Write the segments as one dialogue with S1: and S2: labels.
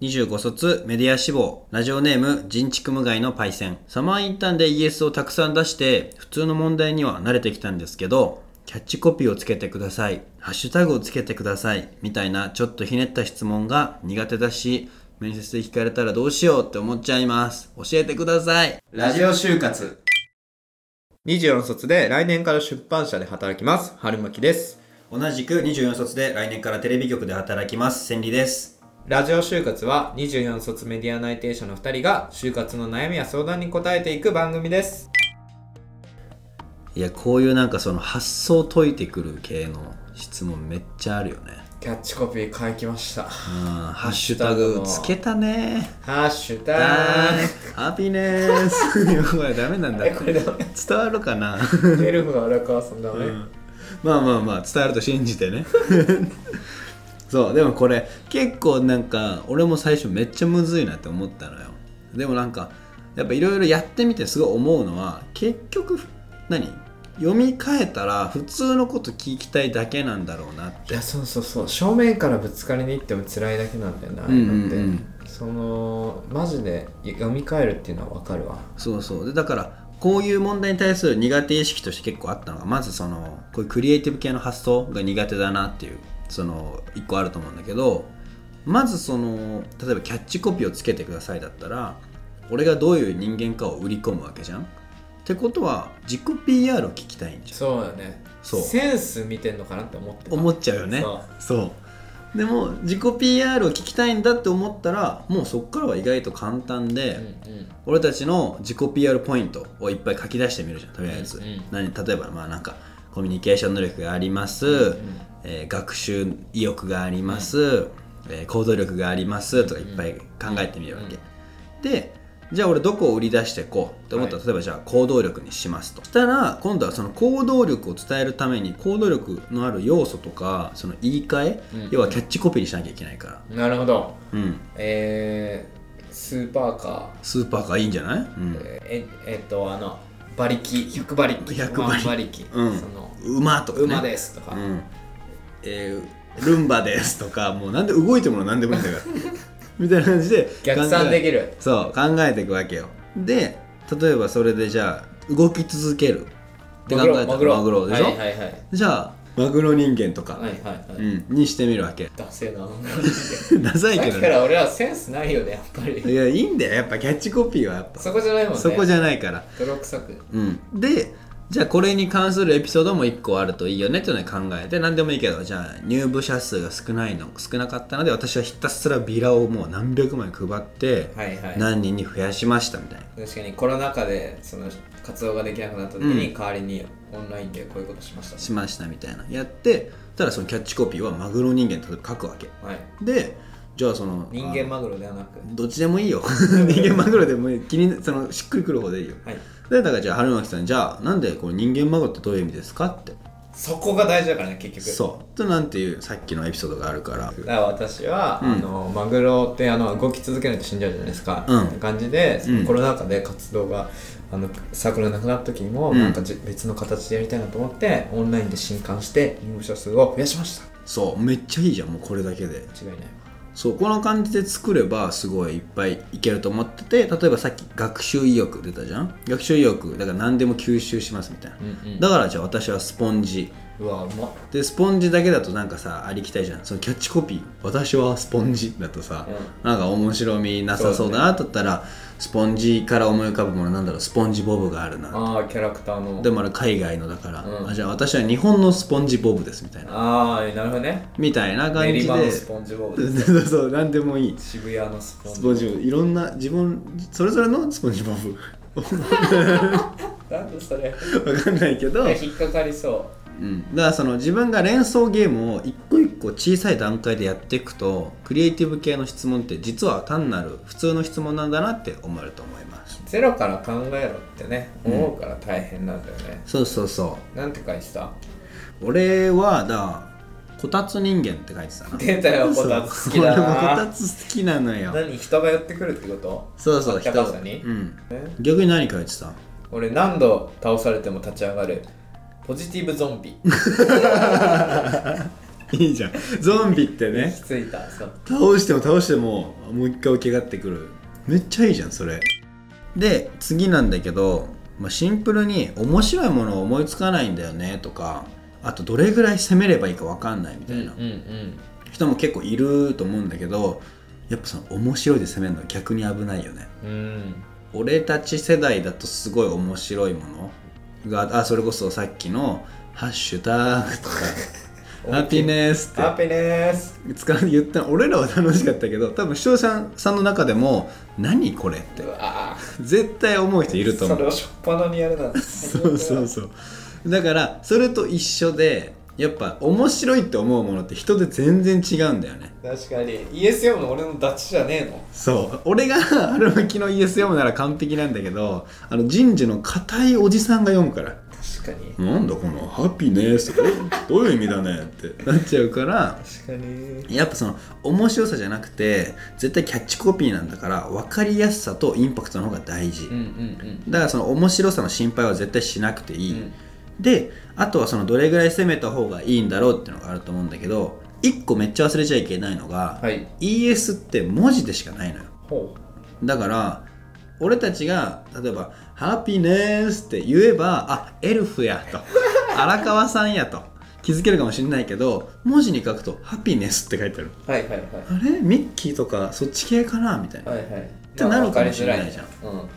S1: 25卒メディア志望ラジオネーム人畜無害のパイセンサマーインターンでイエスをたくさん出して普通の問題には慣れてきたんですけどキャッチコピーをつけてくださいハッシュタグをつけてくださいみたいなちょっとひねった質問が苦手だし面接で聞かれたらどうしようって思っちゃいます教えてくださいラジオ就活
S2: 24卒で来年から出版社で働きます。春巻です。
S1: 同じく24卒で来年からテレビ局で働きます千里です
S2: ラジオ就活は24卒メディア内定者の2人が就活の悩みや相談に答えていく番組です。
S1: いやこういうなんかその発想解いてくる系の質問めっちゃあるよね
S2: キャッチコピー書きました。
S1: うんハッシュタグつけたね
S2: ハッシュ
S1: あ
S2: タ
S1: ーハピネスい やこれダメなんだ
S2: グ。え、これダメ。
S1: 伝わるかな
S2: エルフ荒川さんダメ。
S1: まあまあまあ伝わると信じてね そうでもこれ結構なんか俺も最初めっちゃむずいなって思ったのよでもなんかやっぱいろいろやってみてすごい思うのは結局何読み替えたら普通のこと聞きたいだけなんだろうなって
S2: いや、そうそうそう。正面からぶつかりに行っても辛いだけなんだよな、ああいうのって。
S1: うんうん
S2: その、マジで読み替えるっていうのはわかるわ。
S1: そうそうでだからこういう問題に対する苦手意識として結構あったのがまずそのこういうクリエイティブ系の発想が苦手だなっていうその一個あると思うんだけどまずその例えばキャッチコピーをつけてくださいだったら俺がどういう人間かを売り込むわけじゃんってことは自己 PR を聞きたいんじゃん
S2: そうだね。
S1: そう
S2: センス見てんのかなって思ってた
S1: 思っちゃうよね
S2: そう
S1: そうでも自己 PR を聞きたいんだって思ったらもうそっからは意外と簡単で、
S2: うんうん
S1: 俺たちの自己 PR ポイントをいっぱい書き出してみるじゃんとりあえず、
S2: うんうん
S1: 何例えばまあなんかコミュニケーション能力があります、
S2: ん
S1: えー学習意欲があります、えー行動力がありますとかいっぱい考えてみるわけ、でじゃあ俺どこを売り出していこうと思ったら、
S2: は
S1: 例えばじゃあ行動力にしますとしたら今度はその行動力を伝えるために行動力のある要素とかその言い換え、
S2: うん
S1: 要はキャッチコピーにしなきゃいけないから、
S2: なるほど。
S1: うん、
S2: えー、スーパーカー、
S1: スーパーがいいんじゃない、うん
S2: ええっと、あの、馬力、100馬力、
S1: 100
S2: 100馬力、
S1: うん
S2: その、
S1: 馬とか、ね、
S2: 馬ですとか、
S1: うんえールンバですとかもうなんで動いてもらうなんでもいいんだから みたいな感じで
S2: 逆算でき
S1: る
S2: る。
S1: そう考えていくわけよで例えばそれでじゃあ動き続けるって考えたら
S2: マグロ、
S1: マグロでしょ、
S2: はいはいはい。
S1: じゃあマグロ人間とか、
S2: はいはいは
S1: う
S2: い。
S1: ん、にしてみるわけ
S2: ダセえな。
S1: ダサいけ
S2: だ
S1: ど
S2: か
S1: ね
S2: ら俺はセンスないよね、やっぱ
S1: い
S2: り。
S1: やいいんだよやっぱキャッチコピーはやっぱ
S2: そこじゃないもんね。
S1: そこじゃないから
S2: 泥臭く。
S1: うん、でじゃあこれに関するエピソードも1個あるといいよねっていうのを考えて何でもいいけどじゃあ入部者数が少ないの少なかったので私はひたすらビラをもう何百枚配って
S2: はいはい。
S1: 何人に増やしましたみたいな。
S2: 確かにコロナ禍でその活動ができなくなった時
S1: う
S2: に代わりにオンラインでこういうことしました、
S1: しましたみたいなやってただそのキャッチコピーはマグロ人間と書くわけ
S2: はい、
S1: でじゃあその
S2: 人間マグロではな
S1: あ
S2: く
S1: どっちでもいいよ 人間マグロでもいい気にそのしっくりくる方でいいよ
S2: はい
S1: でだからじゃあ春巻さんじゃあなんでこの人間マグロってどういう意味ですかって
S2: そこが大事だからね結局
S1: そうとなんていうさっきのエピソードがあるから
S2: だから私は、
S1: うん
S2: あのマグロってあの動き続けないと死んじゃうじゃないですか、
S1: うん
S2: って感じでその
S1: うん
S2: コロナ禍で活動があのサークルがなくなった時にも、
S1: うん
S2: なんかじ別の形でやりたいなと思ってオンラインで新刊して入部者数を増やしました
S1: そうめっちゃいいじゃんもうこれだけで
S2: 間違いないわ
S1: そうこの感じで作ればすごいいっぱいいけると思ってて例えばさっき学習意欲出たじゃん学習意欲だから何でも吸収しますみたいな、
S2: ん
S1: だからじゃあ私はスポンジ
S2: うわうまっ
S1: でスポンジだけだとなんかさありきたりじゃんそのキャッチコピー「私はスポンジ」だとさ、
S2: う
S1: なんか面白みなさそうだなだったら、スポンジから思い浮かぶものなんだろうスポンジボブがあるな
S2: ああキャラクターの
S1: でもあれ海外のだから、
S2: うん
S1: あじゃあ私は日本のスポンジボブですみたいな
S2: ああなるほどね
S1: みたいな感
S2: 練
S1: じ
S2: 馬の
S1: で
S2: スポンジボール
S1: そうそう何でもいい
S2: 渋谷のスポン
S1: ス
S2: ジ
S1: ポンジボブいろんな自分それぞれのスポンジボ
S2: なんでそれ
S1: ブわかんないけど、
S2: 引っかかりそ
S1: うん、だからその自分が連想ゲームを一個一個小さい段階でやっていくとクリエイティブ系の質問って実は単なる普通の質問なんだなって思えると思います
S2: うゼロから考えろってね思うから大変なんだよね、
S1: そうそうそ
S2: なんて書いてた
S1: う俺はだからこたつ人間って書いてたな
S2: 出たよこたつ好きだ
S1: そう俺もこた
S2: な
S1: つ好きなのよ
S2: 何人が寄ってくるってこと
S1: そうそう
S2: あったかさに、
S1: うん
S2: ね
S1: 逆に何書いてた
S2: 俺何度倒されても立ち上がるポジティブゾンビ
S1: いいじゃんゾンビってね
S2: きついた そう
S1: 倒しても倒してももう一回起き上がってくるめっちゃいいじゃんそれで次なんだけど、まあ、シンプルに面白いものを思いつかないんだよねとかあとどれぐらい攻めればいいか分かんないみた
S2: うんう
S1: い
S2: ん
S1: な
S2: うん
S1: 人も結構いると思うんだけどやっぱその面白いで攻めるのは逆に危ないよね
S2: うん
S1: 俺たち世代だとすごい面白いものがあそれこそさっきの「ハッシュタグ」とか「ハピネス」って
S2: ハッピネス
S1: 使う言った俺らは楽しかったけど多分視聴者さんの中でも「何これ?」って
S2: うわー
S1: 絶対思う人いると思
S2: そうれをしょっぱなにやるなんて
S1: そうそうそうだからそれと一緒でやっぱ面白いって思うものって人で全然違うんだよね
S2: 確かに ESM の俺のダチじゃねえの
S1: そう俺がある向きの ESM なら完璧なんだけどあの人事の硬いおじさんが読むから
S2: 確か
S1: 「
S2: に
S1: なんだこのハピネス」えどういう意味だねってなっちゃうから
S2: 確かに
S1: やっぱその面白さじゃなくて絶対キャッチコピーなんだから分かりやすさとインパクトの方が大事、
S2: うんうん
S1: だからその面白さの心配は絶対しなくていい、
S2: うん
S1: であとはそのどれぐらい攻めた方がいいんだろうっていうのがあると思うんだけど1個めっちゃ忘れちゃいけないのが、
S2: はい
S1: ES って文字でしかないのよ
S2: ほ
S1: だから俺たちが例えば「ハピネス」って言えばあエルフ やと荒川さんやと気づけるかもしれないけど文字に書くと「ハピネス」って書いてある
S2: うはいはいはい
S1: あれミッキーとかそっち系かなみたいな、
S2: はいはい
S1: てなるかもしれないじゃん
S2: まあわかりづらいね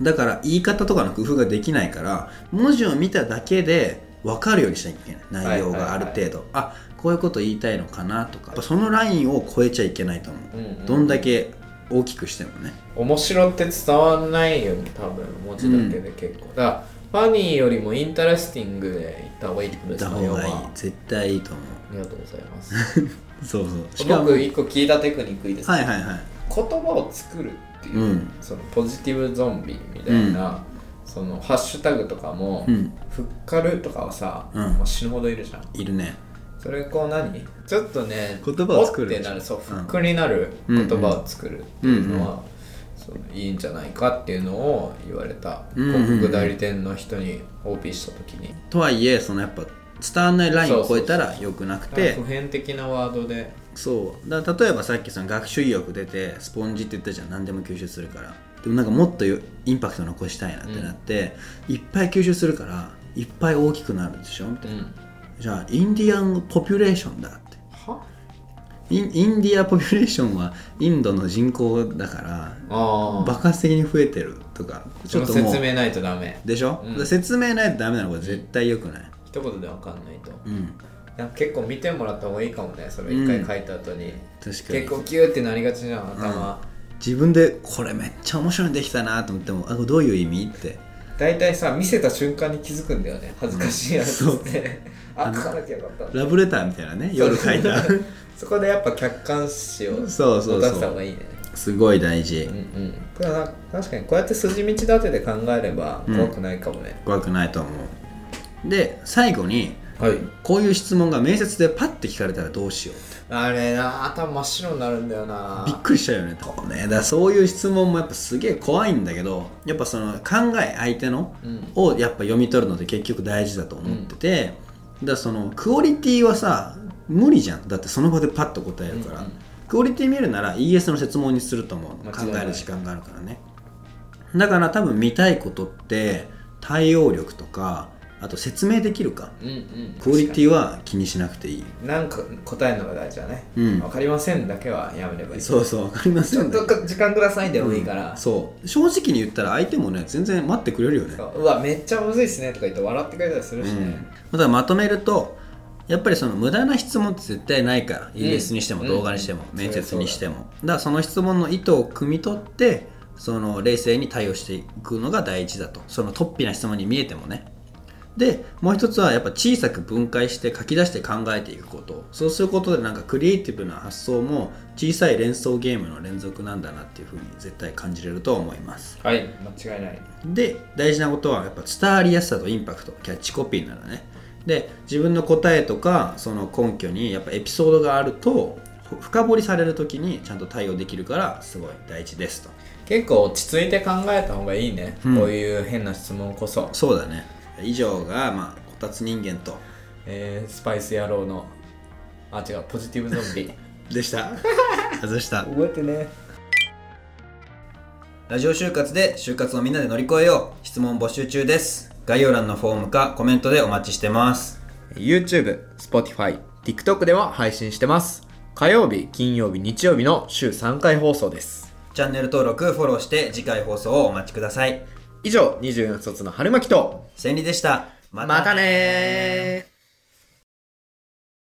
S1: だから言い方とかの工夫ができないから文字を見ただけで分かるようにしなきゃいけない内容がある程度、あこういうこと言いたいのかなとかやっぱそのラインを超えちゃいけないと思
S2: うんうんう
S1: う、
S2: ん
S1: どんだけ大きくしてもね
S2: 面白って伝わんないよね多分文字だけで結構、だからファニーよりもインタレスティングで行った方がいいってこと
S1: 言
S2: で
S1: っ
S2: す
S1: た
S2: ね
S1: 方がいい
S2: 要は
S1: 絶対いいと思
S2: ありがとうございます
S1: うそうそう しかも
S2: 僕一個聞いたテクニックいいですか、
S1: はいはいはい
S2: 言葉を作るっていう、
S1: うん
S2: そのポジティブゾンビみたいな、そのハッシュタグとかも、
S1: うん
S2: ふっかるとかはさ、
S1: うん
S2: もう死ぬほどいるじゃん
S1: いるね
S2: それこう何ちょっとね
S1: 言葉を作る
S2: おってなるそう
S1: うん
S2: ふっくになる言葉を作るっていうのは、そのいいんじゃないかっていうのを言われた、
S1: うんうんうん
S2: 広告代理店の人に OP した時に、
S1: とはいえそのやっぱ伝わんないラインを超えたらよくなくて
S2: 普遍的なワードで
S1: そうだから例えばさっきその学習意欲出てスポンジって言ったじゃん何でも吸収するからでもなんかもっとよインパクト残したいなってなって、いっぱい吸収するからいっぱい大きくなるでしょみた
S2: う
S1: いなんじゃあインディアンポピュレーションだって
S2: は
S1: インインディアポピュレーションはインドの人口だから
S2: ああ
S1: 爆発的に増えてるとかち
S2: そ
S1: ょ
S2: の
S1: っとも
S2: 説
S1: う
S2: 明ないとダメ
S1: でしょ、
S2: うん
S1: だから説明ないとダメなのこれ絶対良くない
S2: 一言でわかんないと
S1: うん
S2: なんか結構見てもらった方がいいかもねそれ一回書いた後に、
S1: 確かに
S2: 結構キューってなりがちじゃん頭、
S1: 自分でこれめっちゃ面白いのできたなと思ってもあこれどういう意味って
S2: 大体さ見せた瞬間に気づくんだよね恥ずかしいやつって、 あ書かなきゃよかった
S1: ラブレターみたいなね夜書いた
S2: そこでやっぱ客観視を持
S1: そうそう
S2: たせた
S1: そ
S2: 方
S1: う
S2: がいいね
S1: すごい大事
S2: うんうんただな確かにこうやって筋道立てて考えれば
S1: うん
S2: 怖くないかもね、
S1: 怖くないと思うで最後に
S2: はい
S1: こういう質問が面接でパッて聞かれたらどうしようって
S2: あれな頭真っ白になるんだよな
S1: びっくりしちゃうよねとねだからそういう質問もやっぱすげえ怖いんだけどやっぱその考え相手の
S2: うん
S1: をやっぱ読み取るのって結局大事だと思ってて、だからそのクオリティはさ無理じゃんだってその場でパッと答えるから、
S2: うんうん
S1: クオリティ見るなら ES の設問にすると思うの
S2: 間違
S1: 考
S2: いない
S1: える時間があるからねだから多分見たいことって対応力とかあと説明できるか
S2: うんうん
S1: クオリテ
S2: ィ
S1: ィは気にしなくていい
S2: なんか答えるのが大事だね、
S1: うん
S2: わかりませんだけはやめればいい
S1: そうそうわかりま
S2: ち
S1: せ
S2: ょ
S1: ん
S2: っ
S1: ね
S2: と時間くださいでもいいから、
S1: そう正直に言ったら相手もね全然待ってくれるよね
S2: そううわめっちゃむずいっすねとか言って笑ってくれたりするし
S1: う
S2: ね
S1: ん、だからまとめるとやっぱりその無駄な質問って絶対ないから、ES にしても
S2: うん
S1: 動画にしても、
S2: うん
S1: 面接にしてもだからその質問の意図を汲み取ってその冷静に対応していくのが大事だとその突飛な質問に見えてもねでもう一つはやっぱ小さく分解して書き出して考えていくことそうすることでなんかクリエイティブな発想も小さい連想ゲームの連続なんだなっていうふうに絶対感じれると思います
S2: はい間違いない
S1: で大事なことはやっぱ伝わりやすさとインパクトキャッチコピーならねで自分の答えとかその根拠にやっぱエピソードがあるとほ深掘りされる時にちゃんと対応できるからすごい大事ですと
S2: 結構落ち着いて考えた方がいいね、
S1: うん
S2: こういう変な質問こそ、
S1: そうだね以上がまあこたつ人間と
S2: えースパイス野郎のあ違うポジティブゾンビ
S1: でした外した
S2: 覚えてね
S1: ラジオ就活で就活をみんなで乗り越えよう質問募集中です概要欄のフォームかコメントでお待ちしてます
S2: YouTube、Spotify、TikTok では配信してます火曜日、金曜日、日曜日の週3回放送です
S1: チャンネル登録フォローして次回放送をお待ちください
S2: 以上24卒の春巻きと
S1: 千里でした
S2: またねー